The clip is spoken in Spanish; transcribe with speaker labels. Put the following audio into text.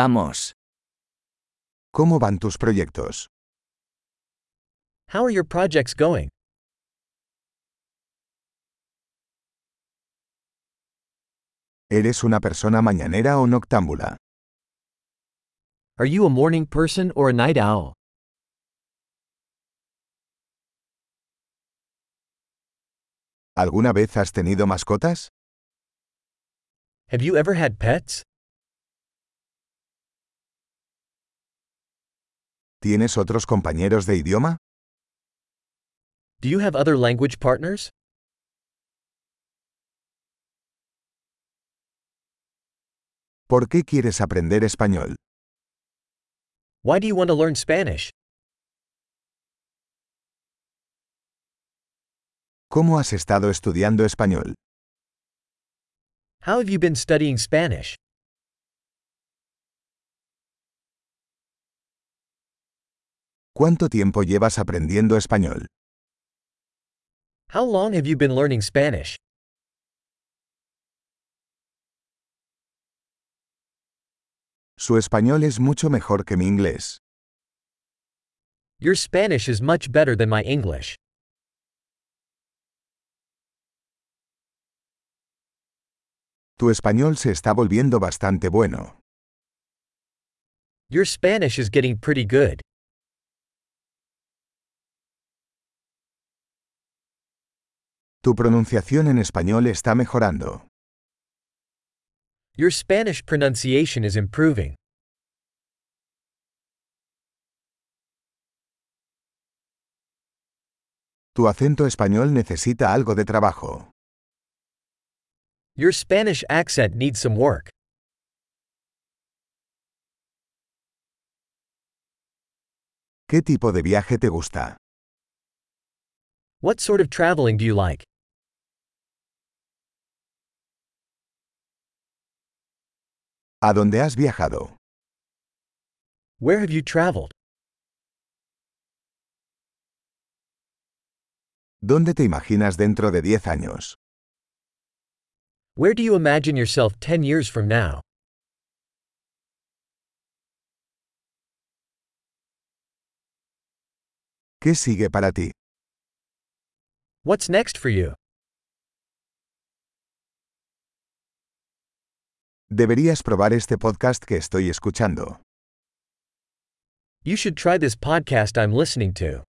Speaker 1: Vamos.
Speaker 2: ¿Cómo van tus proyectos?
Speaker 3: How are your projects going?
Speaker 2: ¿Eres una persona mañanera o noctámbula?
Speaker 3: Are you a morning person or a night owl?
Speaker 2: ¿Alguna vez has tenido mascotas?
Speaker 3: Have you ever had pets?
Speaker 2: ¿Tienes otros compañeros de idioma?
Speaker 3: Do you have other language partners?
Speaker 2: ¿Por qué quieres aprender español?
Speaker 3: Why do you want to learn Spanish?
Speaker 2: ¿Cómo has estado estudiando español?
Speaker 3: How have you been studying Spanish?
Speaker 2: ¿Cuánto tiempo llevas aprendiendo español?
Speaker 3: How long have you been learning Spanish?
Speaker 2: Su español es mucho mejor que mi inglés.
Speaker 3: Your Spanish is much better than my English.
Speaker 2: Tu español se está volviendo bastante bueno.
Speaker 3: Your Spanish is getting pretty good.
Speaker 2: Tu pronunciación en español está mejorando.
Speaker 3: Your Spanish pronunciation is improving.
Speaker 2: Tu acento español necesita algo de trabajo.
Speaker 3: Your Spanish accent needs some work.
Speaker 2: ¿Qué tipo de viaje te gusta?
Speaker 3: What sort of traveling do you like?
Speaker 2: ¿A dónde has viajado?
Speaker 3: Where have you traveled?
Speaker 2: ¿Dónde te imaginas dentro de 10 años?
Speaker 3: Where do you imagine yourself 10 years from now?
Speaker 2: ¿Qué sigue para ti?
Speaker 3: What's next for you?
Speaker 2: Deberías probar este podcast que estoy escuchando.
Speaker 3: You should try this podcast I'm listening to.